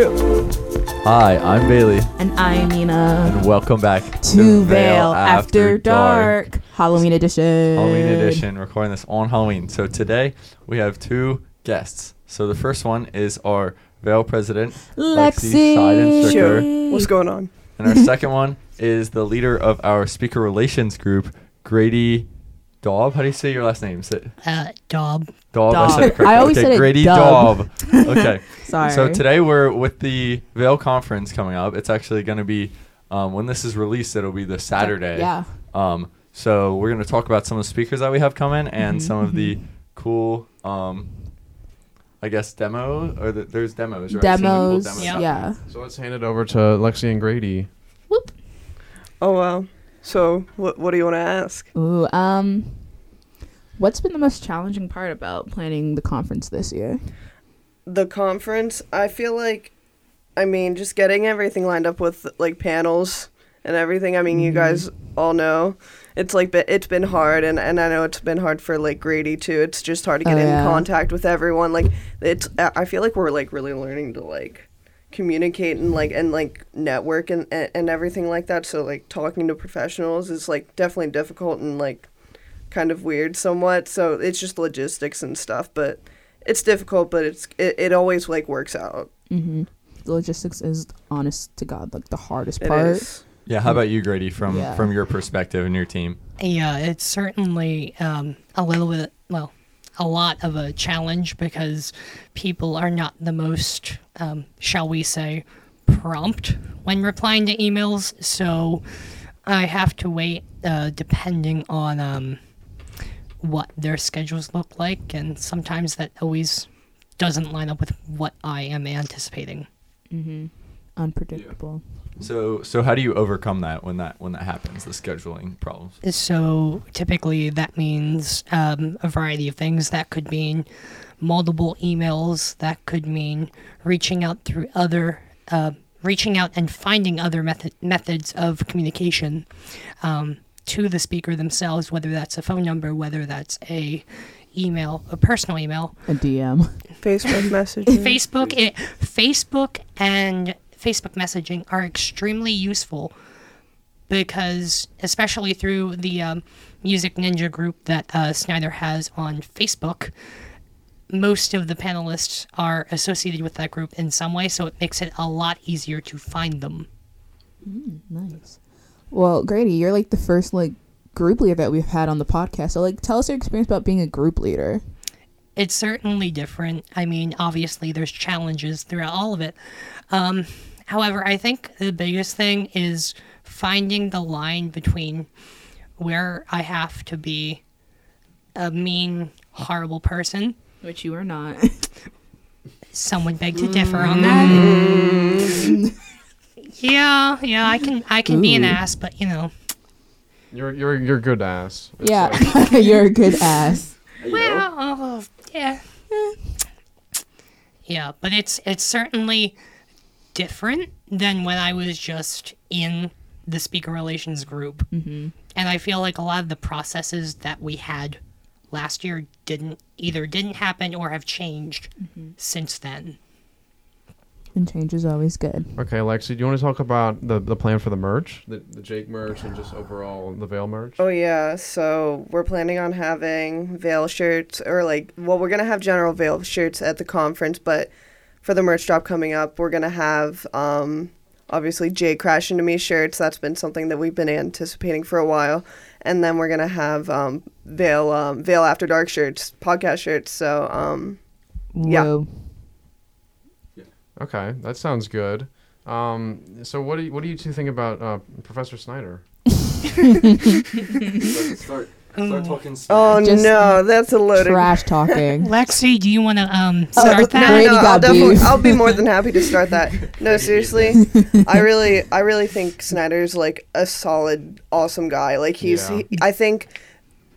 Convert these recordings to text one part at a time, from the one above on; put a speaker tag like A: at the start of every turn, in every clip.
A: Hi, I'm Bailey,
B: And I'm Nina.
A: and welcome back
B: To Veil After Dark. Halloween edition.
A: Halloween edition, recording this on Halloween. So today we have two guests. So the first one is our Veil president,
B: Lexi.
A: Seidenstricker,
C: Sure.
B: Hey.
C: What's going on?
A: and our second one is the leader of our speaker relations group, Grady Daub. How do you say your last name? Is it
D: uh, job.
A: Daub? I, said it
B: Daub.
A: correctly.
B: I always
A: okay,
B: said it
A: Grady
B: Dub.
A: Daub. Okay.
B: Sorry.
A: So today we're with the Veil conference coming up. It's actually going to be um, when this is released. It'll be the Saturday.
B: Yeah.
A: Um, so we're going to talk about some of the speakers that we have coming and
B: Mm-hmm.
A: some of the cool, um, I guess, demo or the, there's demos. Right? Some of the cool
B: Demos.
A: demos
D: Yeah.
B: Yeah.
E: So let's hand it over to Lexi and Grady.
C: Oh wow. So what what do you want to ask?
B: Ooh. Um. What's been the most challenging part about planning the conference this year?
C: The conference, I feel like I mean, just getting everything lined up with like panels and everything. I mean, you
B: Mm-hmm.
C: guys all know it's like be- it's been hard and and I know it's been hard for like Grady too. It's just hard to get
B: Oh,
C: in
B: yeah.
C: contact with everyone. Like it's I I feel like we're like really learning to like communicate and like and like network and and, and everything like that. So like talking to professionals is like definitely difficult and like kind of weird somewhat. So it's just logistics and stuff, but it's difficult, but it's it, it always like works out.
B: Mm-hmm. The logistics is honest to God like the hardest
C: It is.
B: part.
A: Yeah. How about you, Grady, from
B: Yeah.
A: from your perspective and your team?
D: Yeah, it's certainly um, a little bit, well, a lot of a challenge because people are not the most, um, shall we say, prompt when replying to emails. So I have to wait uh, depending on um, what their schedules look like. And sometimes that always doesn't line up with what I am anticipating.
B: Mm-hmm. Unpredictable.
A: So so how do you overcome that when that when that happens? The scheduling problems.
D: So typically that means um, a variety of things. That could mean multiple emails. That could mean reaching out through other, uh, reaching out and finding other method, methods of communication um, to the speaker themselves, whether that's a phone number, whether that's a email, a personal email,
B: A DM.
C: Facebook messaging.
D: Facebook, it, Facebook and Facebook messaging are extremely useful because, especially through the um, Music Ninja group that uh, Snyder has on Facebook, most of the panelists are associated with that group in some way, so it makes it a lot easier to find them.
B: Mm, Nice. Well, Grady, you're like the first like group leader that we've had on the podcast. So like, tell us your experience about being a group leader.
D: it's certainly different. I mean, obviously, there's challenges throughout all of it. Um, however, I think the biggest thing is finding the line between where I have to be a mean, horrible person.
B: Which you are not.
D: Some would beg to differ on that. yeah, yeah, I can, I can be an
B: Ooh.
D: ass, but you know,
E: You're you're you're good ass. It's
B: yeah,
E: like-
B: you're a good ass.
D: Well,
B: uh,
D: oh, yeah, Eh. yeah, but it's it's certainly different than when I was just in the speaker relations group,
B: Mm-hmm.
D: and I feel like a lot of the processes that we had last year didn't either didn't happen or have changed
B: Mm-hmm.
D: since then.
B: And change is always good.
E: okay, Lexi, do you want to talk about the, the plan for the merch, the, the Jake merch, and just overall the Veil merch?
C: Oh yeah, so we're planning on having veil shirts or like well we're gonna have general veil shirts at the conference, but for the merch drop coming up, we're gonna have um obviously Jay Crash into Me shirts. That's been something that we've been anticipating for a while. And then we're gonna have um veil um veil after dark shirts, podcast shirts, so um Yeah.
B: Whoa.
E: Okay, that sounds good. Um, so what do you, what do you two think about uh, Professor Snyder?
A: Start
B: Mm.
A: talking
C: Oh
A: smack.
B: Just
C: no, that's a loaded.
B: Trash talking.
D: Lexi, do you want to um,
B: Oh,
D: start
B: no,
D: that?
B: Brady
C: no, I'll,
B: got
C: definitely-
B: beef.
C: I'll be more than happy to start that. No, seriously, I really, I really think Snyder's like a solid, awesome guy. Like he's,
E: Yeah.
C: he, I think,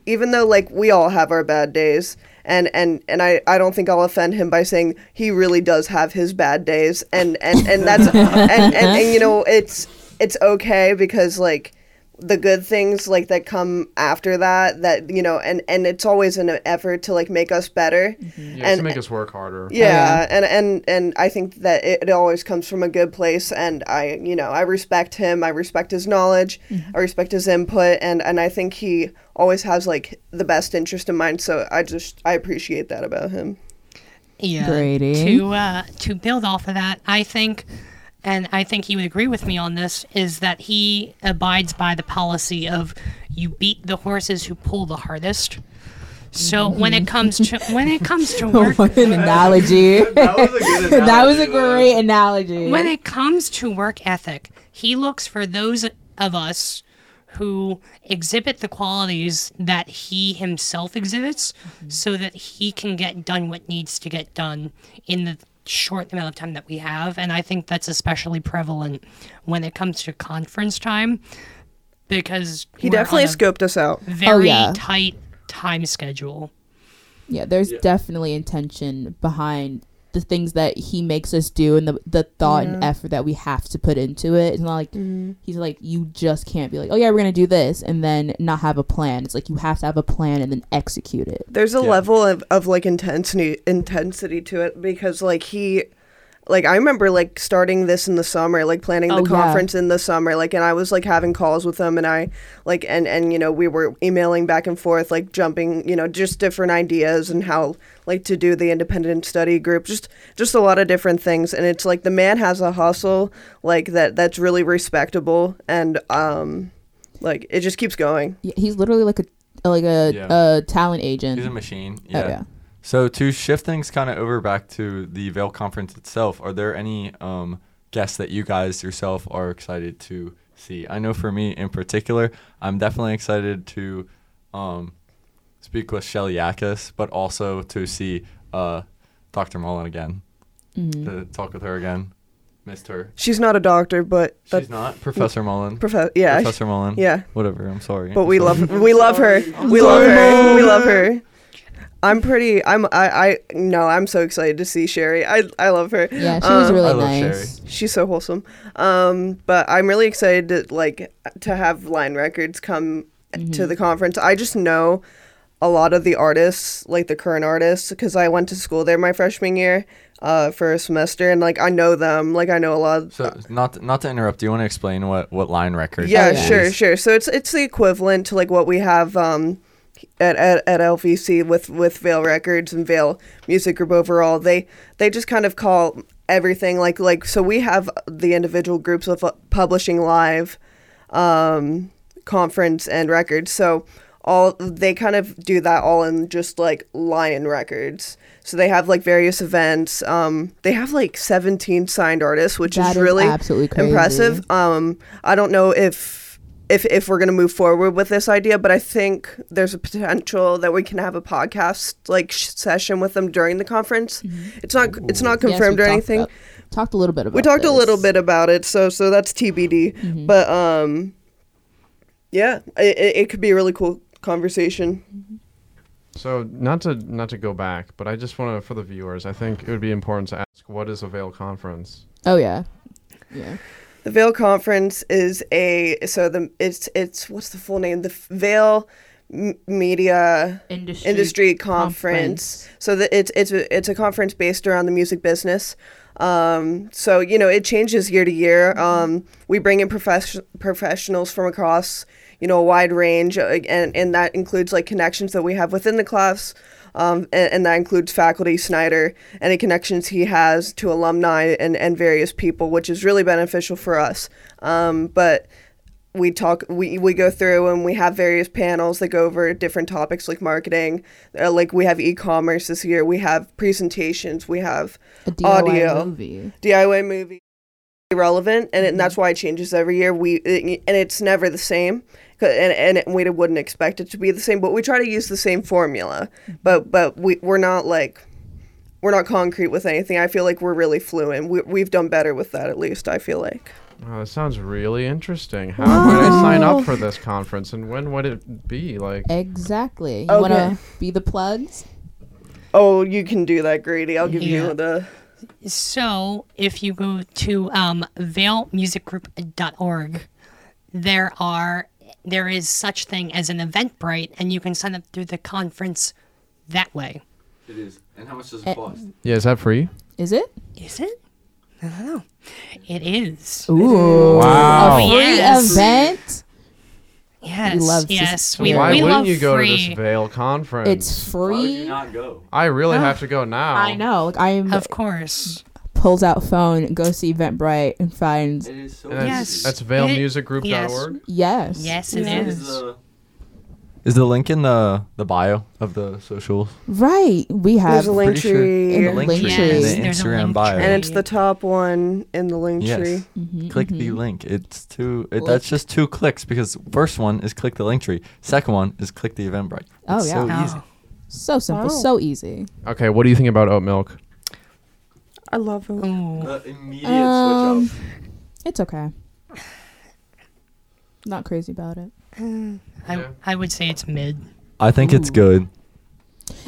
C: even though like we all have our bad days, and and and I, I don't think I'll offend him by saying he really does have his bad days, and and and that's, and, and and you know it's it's okay because like the good things like that come after that that you know and and it's always an effort to like make us better
E: Mm-hmm. Yeah,
C: And-
E: to make us work harder.
C: yeah, and and and I think that it, it always comes from a good place, and I, you know, I respect him. I respect his knowledge. I respect his input, and and I think he always has like the best interest in mind. So I just I appreciate that about him.
D: Yeah.
B: Brady.
D: To uh, to build off of that, I think, and I think he would agree with me on this, is that he abides by the policy of you beat the horses who pull the hardest. So when it comes to when it comes to work,
B: What an analogy.
A: That was a good analogy.
B: that was a
A: though.
B: great analogy.
D: when it comes to work ethic, he looks for those of us who exhibit the qualities that he himself exhibits
C: Mm-hmm.
D: so that he can get done what needs to get done in the short amount of time that we have. And I think that's especially prevalent when it comes to conference time because
C: He
D: we're on
C: definitely Oh,
D: a
C: scoped us out.
D: very
B: yeah.
D: tight time schedule.
B: Yeah, there's
A: Yeah.
B: definitely intention behind the things that he makes us do and the, the thought and effort that we have to put into it. It's not like
A: Mm-hmm.
B: he's like, you just can't be like, oh, yeah, we're going to do this and then not have a plan. It's like you have to have a plan and then execute it.
C: There's a
A: Yeah.
C: level of, of like intensity intensity to it because like he like I remember like starting this in the summer, like planning
B: Oh,
C: the
B: yeah.
C: conference in the summer, like and I was like having calls with him and I like and and you know, we were emailing back and forth, like jumping, you know, just different ideas and how like to do the independent study group, just just a lot of different things. And it's like the man has a hustle like that that's really respectable and um like it just keeps going.
B: Yeah, He's literally like a like a,
A: Yeah.
B: a talent agent.
A: He's a machine.
B: Oh,
A: Yeah. So to shift things kind of over back to the Veil conference itself, are there any um, guests that you guys yourself are excited to see? I know for me in particular, I'm definitely excited to um, speak with Shelly Yakis, but also to see uh, Dr. Mullen again,
C: Mm-hmm.
A: to talk with her again. Missed her.
C: She's not a doctor, but
A: She's not Professor Mullen.
C: Profe- yeah, sh-
A: Professor Mullen.
C: yeah.
A: Whatever. I'm sorry.
C: But
A: I'm
C: we
A: sorry.
C: love we love her. We love her. We love her. I'm pretty. I'm. I. I. No. I'm so excited to see Sherry. I. I love her.
B: Yeah, she was
C: Um,
B: really
A: Uh, I love
B: nice.
C: She's so wholesome. Um. But I'm really excited to like to have Line Records come
B: Mm-hmm.
C: to the conference. I just know a lot of the artists, like the current artists, because I went to school there my freshman year, uh, for a semester, and like I know them. Like I know a lot. Of,
A: So not to, not to interrupt, do you want to explain what what line record?
C: Yeah,
B: Oh, yeah.
C: sure, sure. So it's it's the equivalent to like what we have um, at, at at LVC with with Veil Records and Veil Music Group overall. They they just kind of call everything like like so we have the individual groups of uh, publishing live um, conference and records. So all they kind of do that all in just like Lion Records. So they have like various events. Um, they have like 17 signed artists, which
B: That
C: is
B: is
C: really
B: absolutely crazy.
C: impressive. Um, I don't know if if if we're gonna move forward with this idea, but I think there's a potential that we can have a podcast like sh- session with them during the conference. It's not it's not
B: Yes,
C: confirmed
B: we
C: or
B: talked
C: anything.
B: about- talked a little bit about
C: We talked a little
B: this.
C: bit about it, so so that's TBD. But um, yeah, it, it, it could be a really cool conversation.
E: So not to not to go back, but I just want to for the viewers, I think it would be important to ask what is a Veil conference?
B: Oh, yeah. Yeah.
C: The Veil Conference is a so the it's it's what's the full name? The F- Veil M- Media
B: Industry,
C: Industry Conference. So that it's it's a, it's a conference based around the music business. Um, so you know it changes year to year. Um, we bring in profes- professionals from across you know a wide range, uh, and and that includes like connections that we have within the class. Um, and, and that includes faculty Snyder, any connections he has to alumni and, and various people, which is really beneficial for us. Um, but we talk we, we go through and we have various panels that go over different topics like marketing uh, like we have e-commerce this year we have presentations we have
B: A DIY
C: Audio.
B: movie.
C: diy movie relevant and, it- and that's why it changes every year we it, and it's never the same 'Cause- and, and we wouldn't expect it to be the same but we try to use the same formula but but we, we're not like we're not concrete with anything i feel like we're really fluent we, we've done better with that at least i feel like
E: Wow, Uh, that sounds really interesting. How would I sign up for this conference, and when would it be? Like,
B: Exactly. You
C: Okay.
B: want to be the plugs?
C: oh you can do that grady i'll give
D: Yeah.
C: you the
D: So if you go to um, valemusicgroup.org, there are there is such thing as an Eventbrite, and you can sign up through the conference that way.
A: It is. And how much does
B: Eh,
A: it cost?
E: yeah, is that free?
B: Is it?
D: Is it? I don't know. It is.
B: Ooh.
E: Wow.
B: A free
D: Yes.
B: event.
D: Yes.
B: love to-
D: yes.
E: So
D: we,
E: why
D: we love
E: wouldn't you go
D: free.
E: to this Vale conference?
B: It's free.
A: not go?
E: I really have to go now.
B: I know. Like I'm
D: Of course.
B: pulls out phone, goes to Eventbrite, and finds
A: It is so
E: And that's,
D: Yes.
E: That's
D: It-
E: valemusicgroup.org.
B: yes.
D: Yes, it is.
A: Is
E: uh,
A: the, is the link in the, the bio of the socials?
B: Right. We have
C: there's a link
A: pretty sure-
C: tree
B: And
A: The
B: a
A: link
B: link
A: tree
B: tree.
A: in the
D: Yes, there's a
A: Instagram
D: link
A: bio.
D: tree.
C: and it's the top one in the link
A: Yes.
C: tree
D: Mm-hmm,
A: Click the link. It's two. It,
B: Click.
A: that's just two clicks because first one is click the link tree. Second one is click the Eventbrite. It's
B: Oh,
A: so
B: yeah.
A: easy.
D: Oh,
B: so simple,
C: Wow.
B: so easy.
E: Okay, what do you think about oat milk?
C: i love it
D: ooh.
A: immediate
B: Um, It's okay. Not crazy about it.
D: I, I would say it's mid.
A: I think it's good.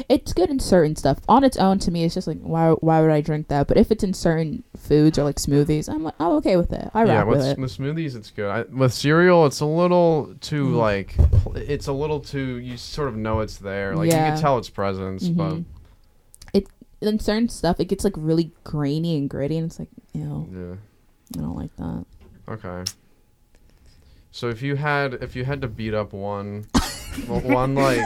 B: It's good in certain stuff. On its own, to me, it's just like why why would I drink that? But if it's in certain foods or like smoothies, I'm like I'm okay with it. I
E: yeah,
B: rock
E: with,
B: with it.
E: with smoothies, it's good. I, with cereal, it's a little too
B: Mm.
E: like, pl- it's a little too. You sort of know it's there. Like you
B: Yeah.
E: can tell its presence,
B: Then Mm-hmm. certain stuff, it gets like really grainy and gritty, and it's like ew,
E: but yeah.
B: I don't like that.
E: Okay. So if you had if you had to beat up one well, one like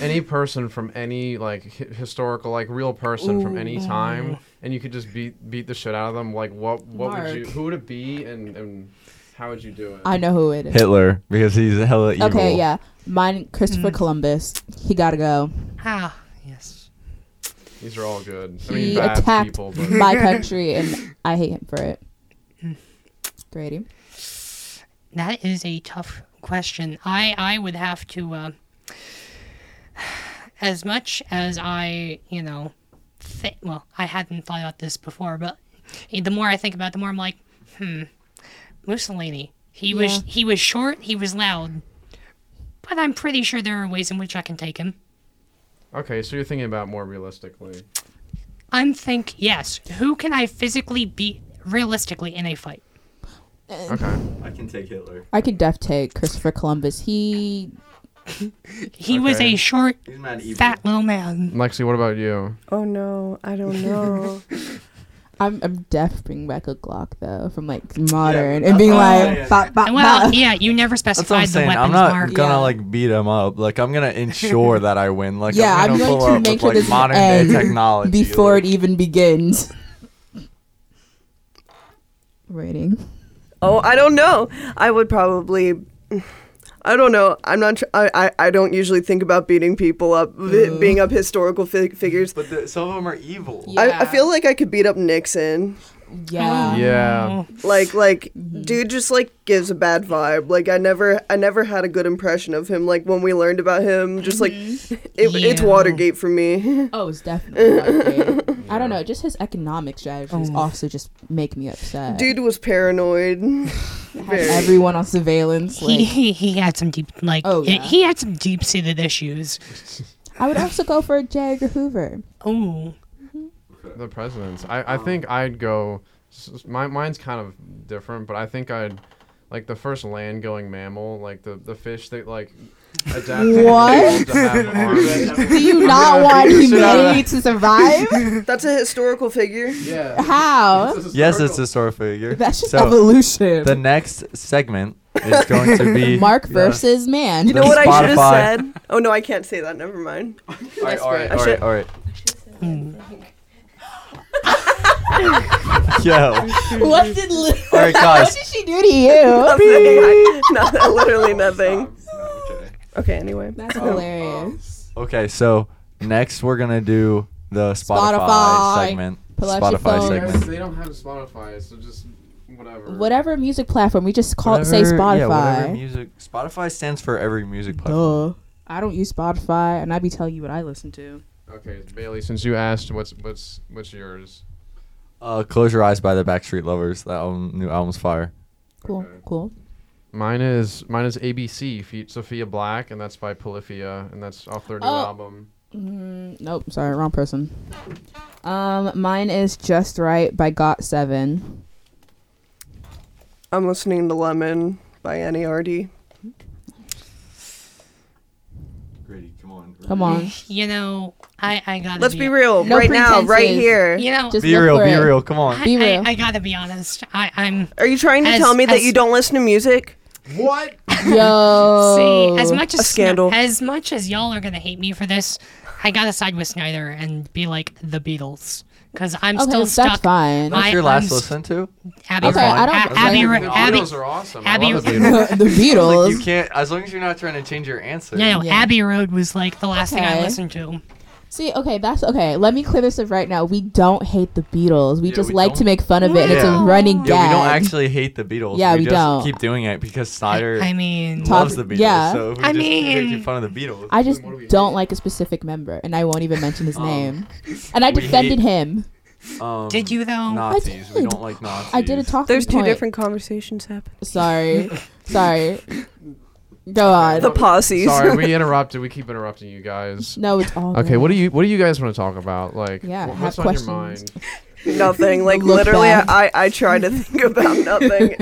E: any person from any like hi- historical like real person from any time and you could just beat beat the shit out of them like what what would you
B: Mark.
E: who would it be and and how would you do it?
B: I know who it is.
A: Hitler because he's hella evil.
B: Okay, yeah, mine Christopher Columbus. He gotta go.
D: Ah, yes.
E: These are all good. I mean
B: He
E: bad
B: attacked
E: people but
B: my country, and I hate him for it. Grady.
D: That is a tough question. I I would have to uh, as much as I, you know, th- well, I hadn't thought about this before, but the more I think about it, the more I'm like, hmm, Mussolini. He was he was short, he was loud. But I'm pretty sure there are ways in which I can take him.
E: Okay, so you're thinking about more realistically.
D: I'm think yes, who can I physically beat realistically in a fight?
E: Okay.
A: I can take Hitler.
B: I could def take Christopher Columbus. He
D: He was
E: Okay.
D: a short,
A: He's mad evil.
D: fat little
A: Mm.
D: man.
E: Lexi, what about you?
C: oh no i don't know
B: I'm I'm def bringing back a Glock though from like modern
A: Yeah,
B: and being
A: that's what I'm
B: like
A: saying.
B: bop bop
D: Well,
B: bop.
D: yeah, you never
A: That's what I'm
D: specified the
A: saying.
D: weapons
A: I'm not
D: mark.
A: gonna
B: Yeah.
A: like beat him up. Like I'm gonna ensure that I win. Like
B: Yeah, I'm
A: I'm gonna
B: going
A: pull
B: to
A: up
B: make
A: with
B: sure this
A: like
B: is
A: modern
B: end
A: day technology
B: before
A: like,
B: it even begins. Rating.
C: Oh, I don't know. I would probably. I don't know. I'm not. Tr- I, I. I don't usually think about beating people up, vi- being up historical fig- figures.
A: But the, some of them are evil.
B: Yeah.
C: I, I feel like I could beat up Nixon.
D: Um,
B: Yeah.
E: Yeah.
C: Like, like, dude, just like gives a bad vibe. Like, I never, I never had a good impression of him. Like when we learned about him, just like, it, it's
D: Yeah.
C: Watergate for me.
B: Oh, it's definitely. not great. I don't know. Just his economic strategies also just make me upset.
C: dude was paranoid.
B: Have
C: very-
B: everyone on surveillance. Like,
D: he, he he had some deep like
B: Oh,
D: he-
B: yeah.
D: he had some deep seated issues.
B: I would also go for J. Edgar Hoover.
D: Oh,
E: The presidents. I, I think I'd go. s- s- My mine's kind of different, but I think I'd like the first land-going mammal, like the the fish that like adapted
B: What?
E: to have arms.
B: Do you not want
E: beat the shit out of
B: humanity to survive?
C: That's a historical figure.
E: yeah.
B: How?
A: Yes, it's a star figure.
B: That's just
A: so
B: evolution.
A: the next segment is going to be
B: Mark versus man.
C: You know what I should have
A: Spotify.
C: said? Oh no, I can't say that. Never mind.
A: All right, all right,
C: I
A: all right,
C: should-
A: all right. Yo.
B: what did Liz?
A: All right,
B: What
A: guys.
B: did she do to you?
C: Nothing. I, no, literally nothing. Okay. Anyway. Um,
B: That's hilarious.
A: Okay, so next we're gonna do the Spotify,
B: Spotify.
A: segment.
B: Pull out your
A: Spotify
B: phone.
A: segment.
E: they don't have Spotify, so just whatever.
B: Whatever music platform, we just call it say
A: Whatever- yeah, whatever
B: Spotify.
A: music. Spotify stands for every music platform.
B: Duh. I don't use Spotify, and I be telling you what I listen to.
E: Okay, Bailey. Since you asked, what's what's what's yours?
A: Uh, Close Your Eyes by the Backstreet Lovers. That album, new album's fire.
B: Cool,
E: Okay.
B: cool.
E: Mine is mine is ABC feat Sophia Black, and that's by Polyphia, and that's off their new
B: Oh.
E: album.
B: Mm, nope, sorry, wrong person. Um, mine is Just Right by Got Seven.
C: I'm listening to Lemon by E Annie Artie.
A: Grady, come on.
B: Come on,
D: You know, I I gotta.
C: Let's
D: be,
C: be real,
B: No
C: right now, right
B: pretenses.
C: here.
D: You know,
B: just
A: Be
B: look
A: real,
B: for
A: be
B: it.
A: real. Come on.
D: I,
B: be
D: I-
B: real.
D: I, gotta be honest. I I'm
C: Are you trying to
D: As-
C: tell me that
D: as-
C: you don't listen to music?
E: What?
B: Yo, Oh,
D: see as much as
C: A scandal.
D: Sna- as much as y'all are gonna hate me for this, I gotta side with Snyder and be like the Beatles because I'm
B: Okay,
D: still
B: that's
D: stuck.
B: fine.
A: That's
D: I-
A: your
D: I'm
A: last
D: s-
A: listen to.
D: Abbey,
A: Okay,
D: Road-
A: I
B: don't-
D: A- Abbey,
B: I-
D: Ro-
E: The
D: Abbey,
E: Beatles are awesome.
D: Abby-
E: I love the Beatles.
B: the Beatles.
A: You can't. As long as you're not trying to change your answer.
D: no, no,
B: Yeah.
D: Abbey Road was like the last thing I
B: Okay.
D: listened to.
B: See, okay, that's okay. Let me clear this up right now. We don't hate the Beatles. We
A: Yeah,
B: just
A: we
B: like
A: don't.
B: to make fun of it. and It's a
A: Yeah.
B: running gag.
A: Yeah, we don't actually hate the Beatles.
B: Yeah, we
A: just
B: don't.
A: keep doing it because Snyder
D: I mean,
B: Top-
A: loves the Beatles.
B: yeah.
A: So if we
D: I
A: just keep
D: mean-
A: making fun of the Beatles.
B: I just
E: What do we Oh.
B: don't
E: hate?
B: like a specific member, and I won't even mention his
A: Um,
B: name. And I
A: we
B: defended
A: hate-
B: him.
A: um,
D: did you though?
A: Nazis.
B: I
A: We
B: did.
A: don't like Nazis.
B: I did a talking
C: There's two
B: point.
C: different conversations happening.
B: Sorry, sorry. Go on.
C: The posses.
E: Sorry, we interrupted. We keep interrupting you guys.
B: no, it's all.
E: Okay, what do you what do you guys want to talk about? Like,
B: Oh, Yeah,
E: wh-
B: have
E: what's on
B: questions.
E: your mind?
C: nothing. Like
B: Look
C: literally,
B: back.
C: I, I try to think about nothing.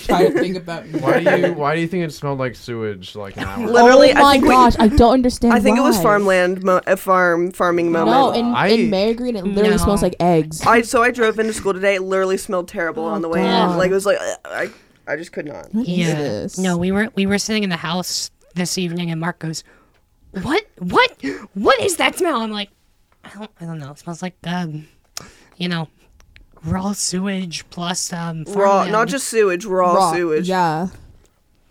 B: trying to think about.
E: Why do you why do you think it smelled like sewage like an hour? ago?
C: Literally,
B: oh
C: I
B: my
C: think we-
B: gosh, I don't understand.
C: I think it was
B: why.
C: farmland, mo- a farm farming moment.
B: No, in,
E: I-
B: in Mary Green, it literally
D: No.
B: smells like eggs.
C: I so I drove into school today. It literally smelled terrible
B: Oh,
C: on the way
B: God.
C: in. Like it was like uh, I I just could not.
B: What is
D: Yeah.
B: this?
D: No, we were we were sitting in the house this evening, and Mark goes, "What? What? What is that smell?" I'm like, "I don't, I don't know. It smells like um, you know, raw sewage plus um,
C: Raw,
D: farmland."
C: not just sewage, raw,
B: Raw,
C: sewage.
B: Yeah,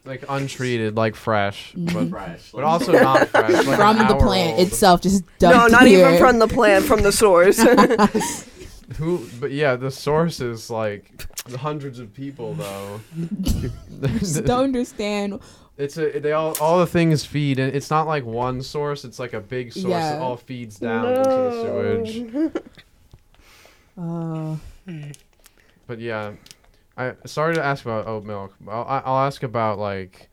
E: Like untreated, like fresh, but,
A: Fresh,
E: but also not fresh. Like an
B: Mm-hmm. from the
E: hour
B: plant
E: old.
B: itself, just
C: No,
B: dumped
C: not
B: here.
C: even from the plant, from the source.
E: Who? But yeah, the source is like hundreds of people though.
B: just don't understand.
E: It's a they all all the things feed, and it's not like one source. It's like a big source that
B: Yeah.
E: all feeds down into the sewage.
B: Oh,
E: But yeah, I sorry to ask about oat milk. I'll, I- I'll ask about like,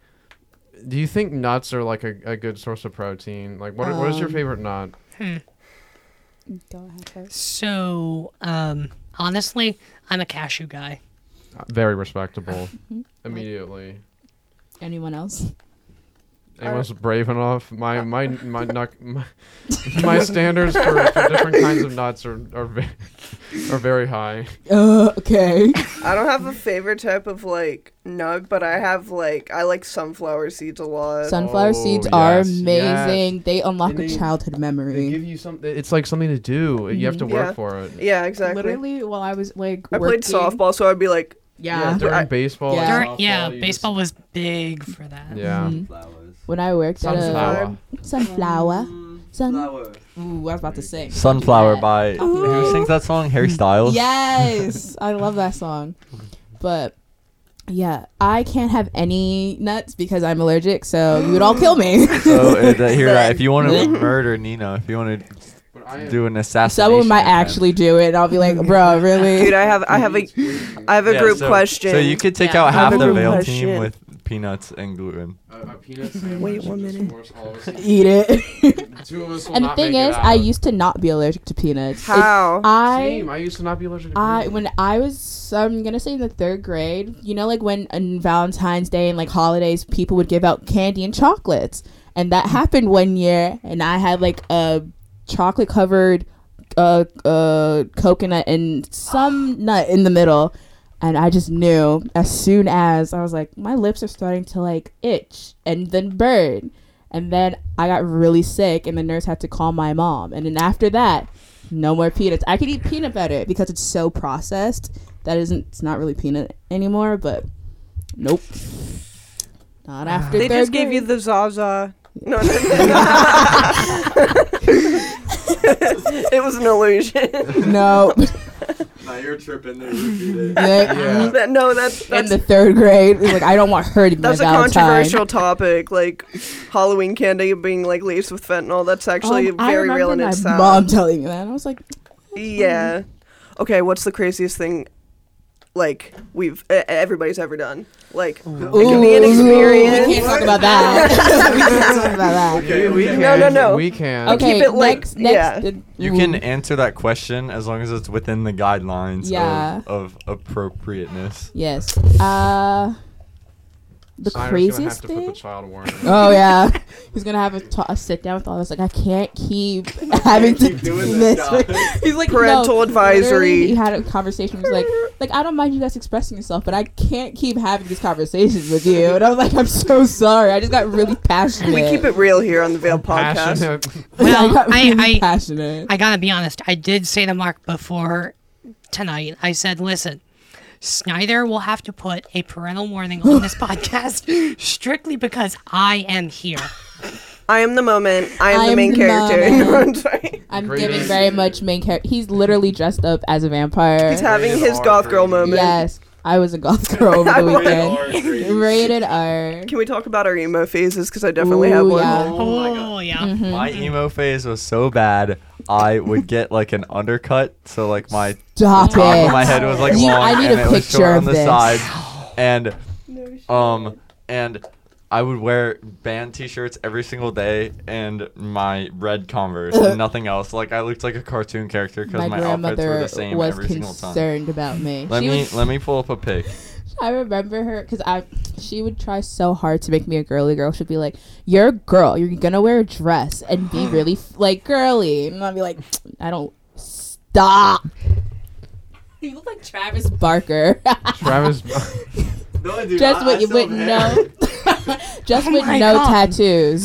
E: do you think nuts are like a, a good source of protein? Like, what are- what is your
B: Um,
E: favorite nut?
B: go ahead first.
D: so um, honestly, I'm a cashew guy.
E: Very respectable. Immediately.
B: Anyone else?
E: Anyone's brave enough. My my my nuc- my, my standards for, for different kinds of nuts are are very, are very high.
B: Uh, okay.
C: I don't have a favorite type of like nut, but I have like I like sunflower seeds a lot.
B: Sunflower
E: Oh,
B: seeds are
E: yes,
B: amazing.
E: yes.
B: They unlock
E: And
B: a
E: they-
B: childhood
E: They
B: memory.
E: give you something. It's like something to do. You have to work
C: Yeah.
E: for it.
C: yeah, exactly.
B: Literally, while I was like,
C: I played softball, so I'd be like,
B: Yeah.
E: during
C: I-
E: baseball.
B: Yeah.
D: During-
E: Like
D: yeah,
E: softball, you just-
D: baseball was big for that.
E: yeah.
A: Mm-hmm.
B: Mhm.
A: Flowers. Mm,
B: When I worked at a
E: Sunflower.
B: sunflower. Sun. Oh. Ooh, I was about to sing.
A: Sunflower by
B: Ooh.
A: who sings that song? Harry
B: Hmm.
A: Styles.
B: Yes, I love that song. But yeah, I can't have any nuts because I'm allergic, so you would all kill me.
A: So uh, that, hear that. If you want to murder Nina, if you want
E: But
A: to
E: I,
A: do an assassination,
B: Someone might
A: attempt-
B: actually do it, and I'll be like, bro, really?
C: dude, I have I have a I have a
A: Yeah,
C: group
A: so,
C: question.
A: So you could take
D: Yeah.
A: out half
C: Another
A: the
C: group
A: veil
C: question.
A: team with peanuts and gluten.
E: a, a peanut
C: Wait one minute.
B: Eat it.
E: Two of us will
B: and the
E: not
B: thing
E: make it
B: is, I
E: out.
B: used to not be allergic to peanuts. It-
C: How?
B: I
E: Same. I used to not be allergic. to
B: I
E: peanuts.
B: when I was I'm gonna say in the third grade, you know, like when on Valentine's Day and like holidays, people would give out candy and chocolates, and that happened one year, and I had like a chocolate covered uh uh coconut and some nut in the middle, and I just knew as soon as I was like, my lips are starting to like itch and then burn. And then I got really sick, and the nurse had to call my mom. And then after that, no more peanuts. I could eat peanut butter because it's so processed that isn't. It's not really peanut anymore. But nope, not after.
C: they
B: third
C: just gave you
B: grade.
C: the Zaza. No, no, no. it was an illusion.
B: no.
A: Now you're tripping. They repeated.
B: Like,
E: Yeah.
C: That- no, that's
B: In
C: that's,
B: the third grade, We're like I don't want her to be
C: that's a
B: my Valentine.
C: controversial topic. Like Halloween candy being like laced with fentanyl. That's actually
B: Um,
C: very
B: I
C: real in
B: remember my
C: itself.
B: mom telling me that. and I was like,
C: Yeah. Okay, what's the craziest thing like we've e- everybody's ever done? Like it could be an
B: "Ooh,
C: experience.
B: We can't talk about that. we can't talk about that.
E: We, we
C: No,
E: can.
C: no, no.
E: We can.
B: Okay,
C: it light.
B: next, next,
C: Yeah.
B: uh,
A: You
B: ooh.
A: can answer that question as long as it's within the guidelines
B: Yeah.
A: of, of appropriateness.
B: Yes. Uh, the
E: Cyrus gonna
B: craziest
E: have to
B: thing.
E: Put the child warning.
B: Oh yeah, he's gonna have a, ta- a sit down with all of us. Like I can't keep having to
A: keep
B: do
A: doing
B: this.
A: this, guys.
B: he's like
C: Parental
B: no,
C: advisory.
B: He had a conversation. He was like, like I don't mind you guys expressing yourself, but I can't keep having these conversations with you. And I'm like, I'm so sorry. I just got really passionate.
C: We keep it real here on the Veil podcast.
E: Passionate.
B: I
D: Well,
B: got
D: I-
B: really
D: I-
B: passionate.
D: I gotta be honest, I did say to Mark before tonight, I said, listen, Snyder will have to put a parental warning on this podcast strictly because I am here.
C: I am the moment. I am
B: I
C: the
B: am
C: main
B: the
C: character.
B: moment.
C: No, I'm sorry.
B: I'm
E: Great
B: giving
E: answer.
B: very much main character. He's literally dressed up as a vampire.
C: He's having
E: Rated
C: his
E: R
C: goth girl
E: grade.
C: moment.
B: yes, I was a goth girl over
C: I
B: the
C: was- "Oh,
B: weekend. Rated R.
C: Can we talk about our emo phases? Because I definitely
B: Ooh,
C: have one.
B: yeah.
A: my
D: Oh,
A: god. Mm-hmm.
D: yeah.
A: My emo phase was so bad, I would get like an undercut. So like my
B: Stop
A: top
B: it.
A: of my head was like
B: You-
A: long
B: I need
A: and
B: a
A: it was
B: picture
A: short
B: of
A: on the
B: this.
A: side, and um and I would wear band T-shirts every single day and my red Converse, and nothing else. Like I looked like a cartoon character because
B: my,
A: my, outfits were
B: grandmother
A: the same
B: was
A: every single time.
B: concerned about me.
A: Let
B: she
A: me
B: was,
A: let me pull up a pic.
B: I remember her because I she would try so hard to make me a girly girl. She'd be like, "You're a girl. You're gonna wear a dress and be
A: Hmm.
B: really f- like girly," and I'd be like, "I don't stop." You look like Travis Barker.
E: Travis.
A: No, I do
B: just with with no, just with
D: my
B: no
D: God.
B: tattoos.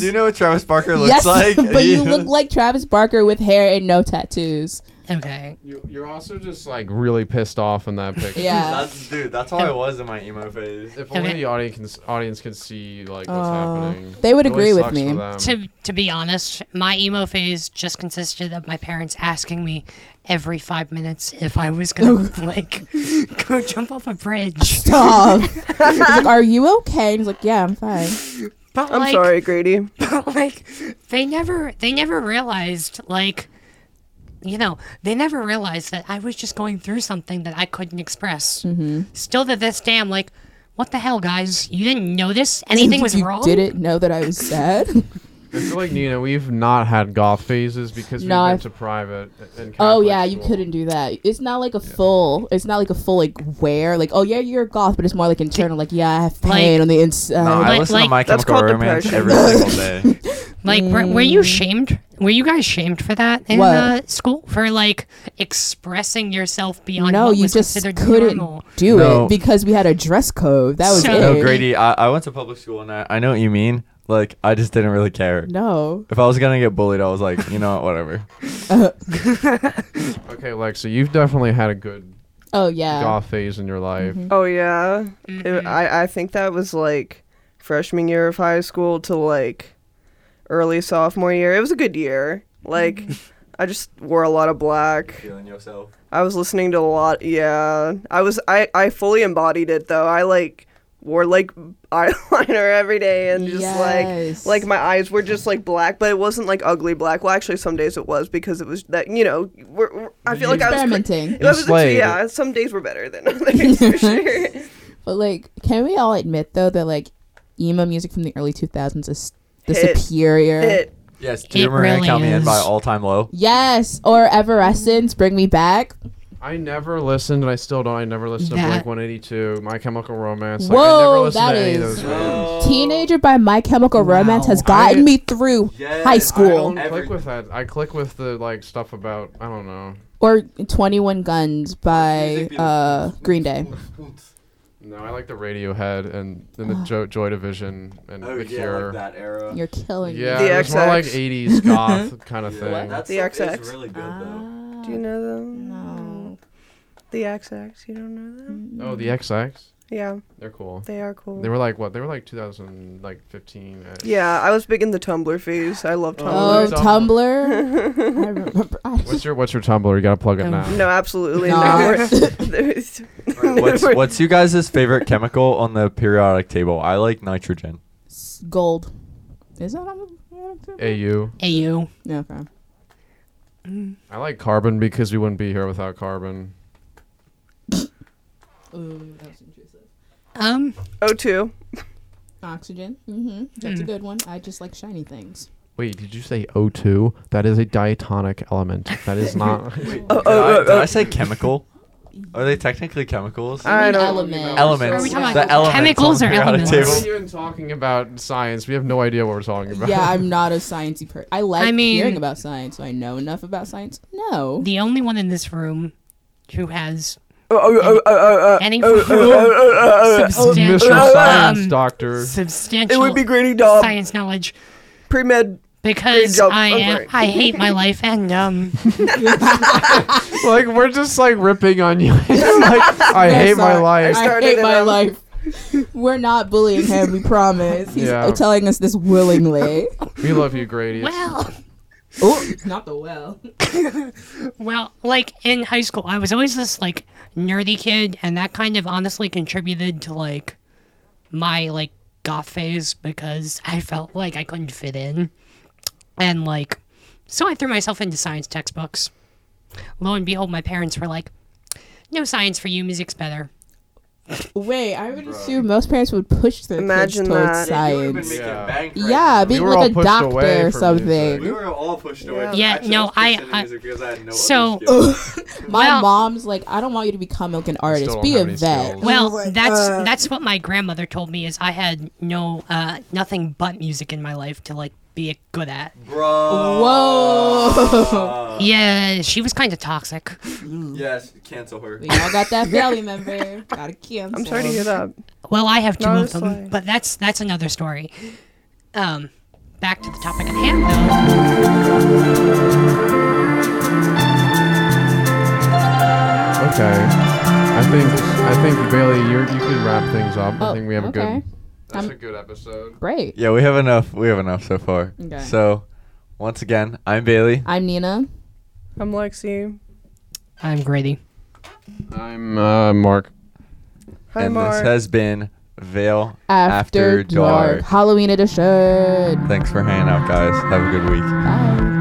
A: Do you know what Travis Barker looks
B: yes,
A: like?
B: but you look like Travis Barker with hair and no tattoos.
D: Okay.
E: You- You're also just like really pissed off in that picture.
B: Yeah.
A: That's dude. That's how I was in my emo phase.
E: If only
D: Okay.
E: the audience can, s- audience can see like what's
B: Aw.
E: happening.
B: Uh, They would
E: It
B: agree
E: really
B: with
E: sucks
B: me.
E: for them.
D: To, to be honest, my emo phase just consisted of my parents asking me every five minutes if I was gonna like go jump off a bridge.
B: Stop. He's like, Are you okay? And he's like, Yeah, I'm fine.
D: But
C: I'm
D: like,
C: sorry, Grady.
D: but like they never they never realized like you know they never realized that i was just going through something that i couldn't express
B: Mm-hmm.
D: still to this day i'm like what the hell guys you didn't notice anything was
B: you
D: wrong
B: didn't know that I was sad.
E: I feel like Nina, we've not had goth phases because we've
B: No,
E: been
B: I've-
E: to private. And
B: oh
E: Catholic
B: yeah, you
E: school.
B: couldn't do that. It's not like a full. It's not like a full like wear. Like oh yeah, you're a goth, but it's more like internal. Like yeah, I have pain
D: Like-
B: on the uh, inside.
A: No, I
D: Like-
A: listen to
D: like-
A: My
C: That's
A: Chemical
C: called
A: Romance
C: depression.
A: every single day.
D: like were, were you shamed were you guys shamed for that in
B: What?
D: uh, school for like expressing yourself beyond
B: no,
D: what
B: you
D: was
B: just
D: considered
B: couldn't
D: normal
B: do
A: No.
B: it because we had a dress code. That was
D: So-
B: it.
A: No, Oh, Grady, I, I went to public school and I, I know what you mean. Like, I just didn't really care.
B: No.
A: If I was gonna get bullied, I was like, you know what, whatever.
E: Okay, Lexi, you've definitely had a good
B: Oh yeah.
E: goth phase in your life.
C: Oh yeah, It- I I think that was like freshman year of high school to like early sophomore year. It was a good year. Like I just wore a lot of black.
A: Feeling yourself.
C: I was listening to a lot. Yeah, I was I I fully embodied it though. I like wore like eyeliner every day and just
B: Yes.
C: like like my eyes were just like black, but it wasn't like ugly black. Well, actually, some days it was because it was that you know we're, we're- I feel like I was. cr-
B: Experimenting.
C: It was,
E: slayed.
C: yeah, some days were better than others for sure.
B: But like, can we all admit though that like emo music from the early 2000s is the
C: Hit.
B: superior?
C: It
A: Yes, Jim
D: really
A: Moran count me in by
D: is.
A: all time low.
B: Yes, or Everessence, Bring Me Back.
E: I never listened, and I still don't. I never listened to
D: That-
E: Blink 182, My Chemical Romance. like, I never
B: Whoa,
E: listened
B: that
E: to any of
B: is-
E: those bands.
B: Teenager by My Chemical Romance has gotten
E: Oh. I-
B: me through
A: Yes,
B: high
E: I don't
B: school.
A: Every-
E: click with that. I click with the like stuff about I don't know.
B: Or 21 Guns by uh, Green Day.
A: Oh,
E: No, I like the Radiohead and, and the jo- Joy Division and
C: Oh,
E: the Cure.
A: that era.
B: You're killing
E: yeah,
B: me.
C: The
E: it was more like
C: XX.
E: 80s goth kind of thing.
C: The stuff is XX.
A: really good
B: Ah,
C: Do you know them?
B: no. Mm.
C: The XX. You don't know them?
E: Oh, the XX.
C: Yeah,
E: They're cool.
C: they are cool.
E: They were like what? They were like 2000, like 15. uh,
C: yeah, I was big in the Tumblr phase. I love
E: Oh,
B: Oh,
C: Tumblr.
E: it's awful.
B: Tumblr. I remember. I,
E: What's your What's your Tumblr? You gotta plug it
D: Um,
E: now.
C: no, absolutely
B: Nah.
C: not. There's-
A: What's
C: Never-
A: What's you guys' favorite chemical on the periodic table? I like nitrogen.
B: s- gold. Is that on the?
E: AU.
D: AU.
B: No, okay.
E: I like carbon because we wouldn't be here without carbon.
B: Ooh, that was intrusive.
D: Um,
C: O2.
B: Oxygen. Mm-hmm. That's a
D: Mm.
B: good one. I just like shiny things.
E: Wait, did you say O2? That is a diatonic element. That is not.
C: Oh,
A: did, I,
C: oh,
A: did
C: oh,
A: I
C: oh.
A: say chemical? Are they technically chemicals?
C: I
B: mean
C: don't-
B: elements.
A: elements.
D: Are we talking
A: the
D: about
A: elements
D: chemicals
A: on
D: or
A: the periodic
E: We're
D: elements?
A: table.
E: not even talking about science. We have no idea what we're talking about.
B: Yeah, I'm not a sciencey person. I like
D: I mean-
B: hearing about science. So I know enough about science. No.
D: the only one in this room who has
C: Oh, oh, oh, oh, oh, oh.
D: any
E: Mr.
D: substantial,
E: Science
D: um,
E: Doctor.
D: substantial
C: It would be um, Granny Dob.
D: science knowledge
C: Pre med. Good
D: because
C: job.
D: I
C: Oh,
D: am,
C: sorry.
D: I hate my life and um
E: like we're just like ripping on you. It's like I
B: No,
E: hate my
B: sorry.
E: life.
C: I
B: I
C: started
B: hate
C: it
B: my
C: up.
B: life. We're not bullying him, we promise. He's
E: Yeah.
B: telling us this willingly.
E: We love you, Grady.
D: well
B: oh, not the well.
D: well like in high school I was always this like nerdy kid and that kind of honestly contributed to like my like goth phase because I felt like I couldn't fit in and like so I threw myself into science textbooks. Lo and behold, my parents were like, "No science for you. Music's better."
B: Wait, I would assume most parents would push their
C: Imagine
B: kids towards
C: that.
B: science.
E: Yeah.
B: Yeah, being
E: were all
B: like a
E: pushed away
B: doctor or
E: from
B: something.
E: music.
A: were all pushed
C: Yeah.
A: from
D: Yeah,
A: actually
D: no,
A: us
D: I-
A: pursuing
D: I-
A: music because I had no other
D: so-
A: skills.
B: My
D: Well-
B: mom's like, I don't want you to become like an artist.
E: don't
B: Be
E: have
B: a
E: any
B: vet.
E: skills.
D: Well, that's that's what my grandmother told me is I had no uh, nothing but music in my life to like be good at.
A: bro.
B: Whoa.
D: Yeah, she was kind of toxic.
A: Yes, cancel her.
B: We all got that family member. Gotta cancel.
C: I'm sorry to hear that.
D: Well, I have two
C: No,
D: of
C: it's
D: them,
C: fine.
D: but that's that's another story. Um, back to the topic at hand, though.
E: Okay. I think I think Bailey, you you can wrap things up. I
B: Oh,
E: think we have a
B: okay.
E: good. That's
D: Um,
B: I'm-
E: a good episode.
B: Great.
A: Yeah, we have enough. We have enough so far.
B: Okay.
A: So, once again, I'm Bailey.
B: I'm Nina.
C: I'm Lexi.
D: I'm Grady.
E: I'm uh, Mark.
C: Hi,
A: and
C: Mark.
A: this has been Veil
B: After, dark. Halloween edition.
A: Thanks for hanging out, guys. Have a good week.
B: Bye.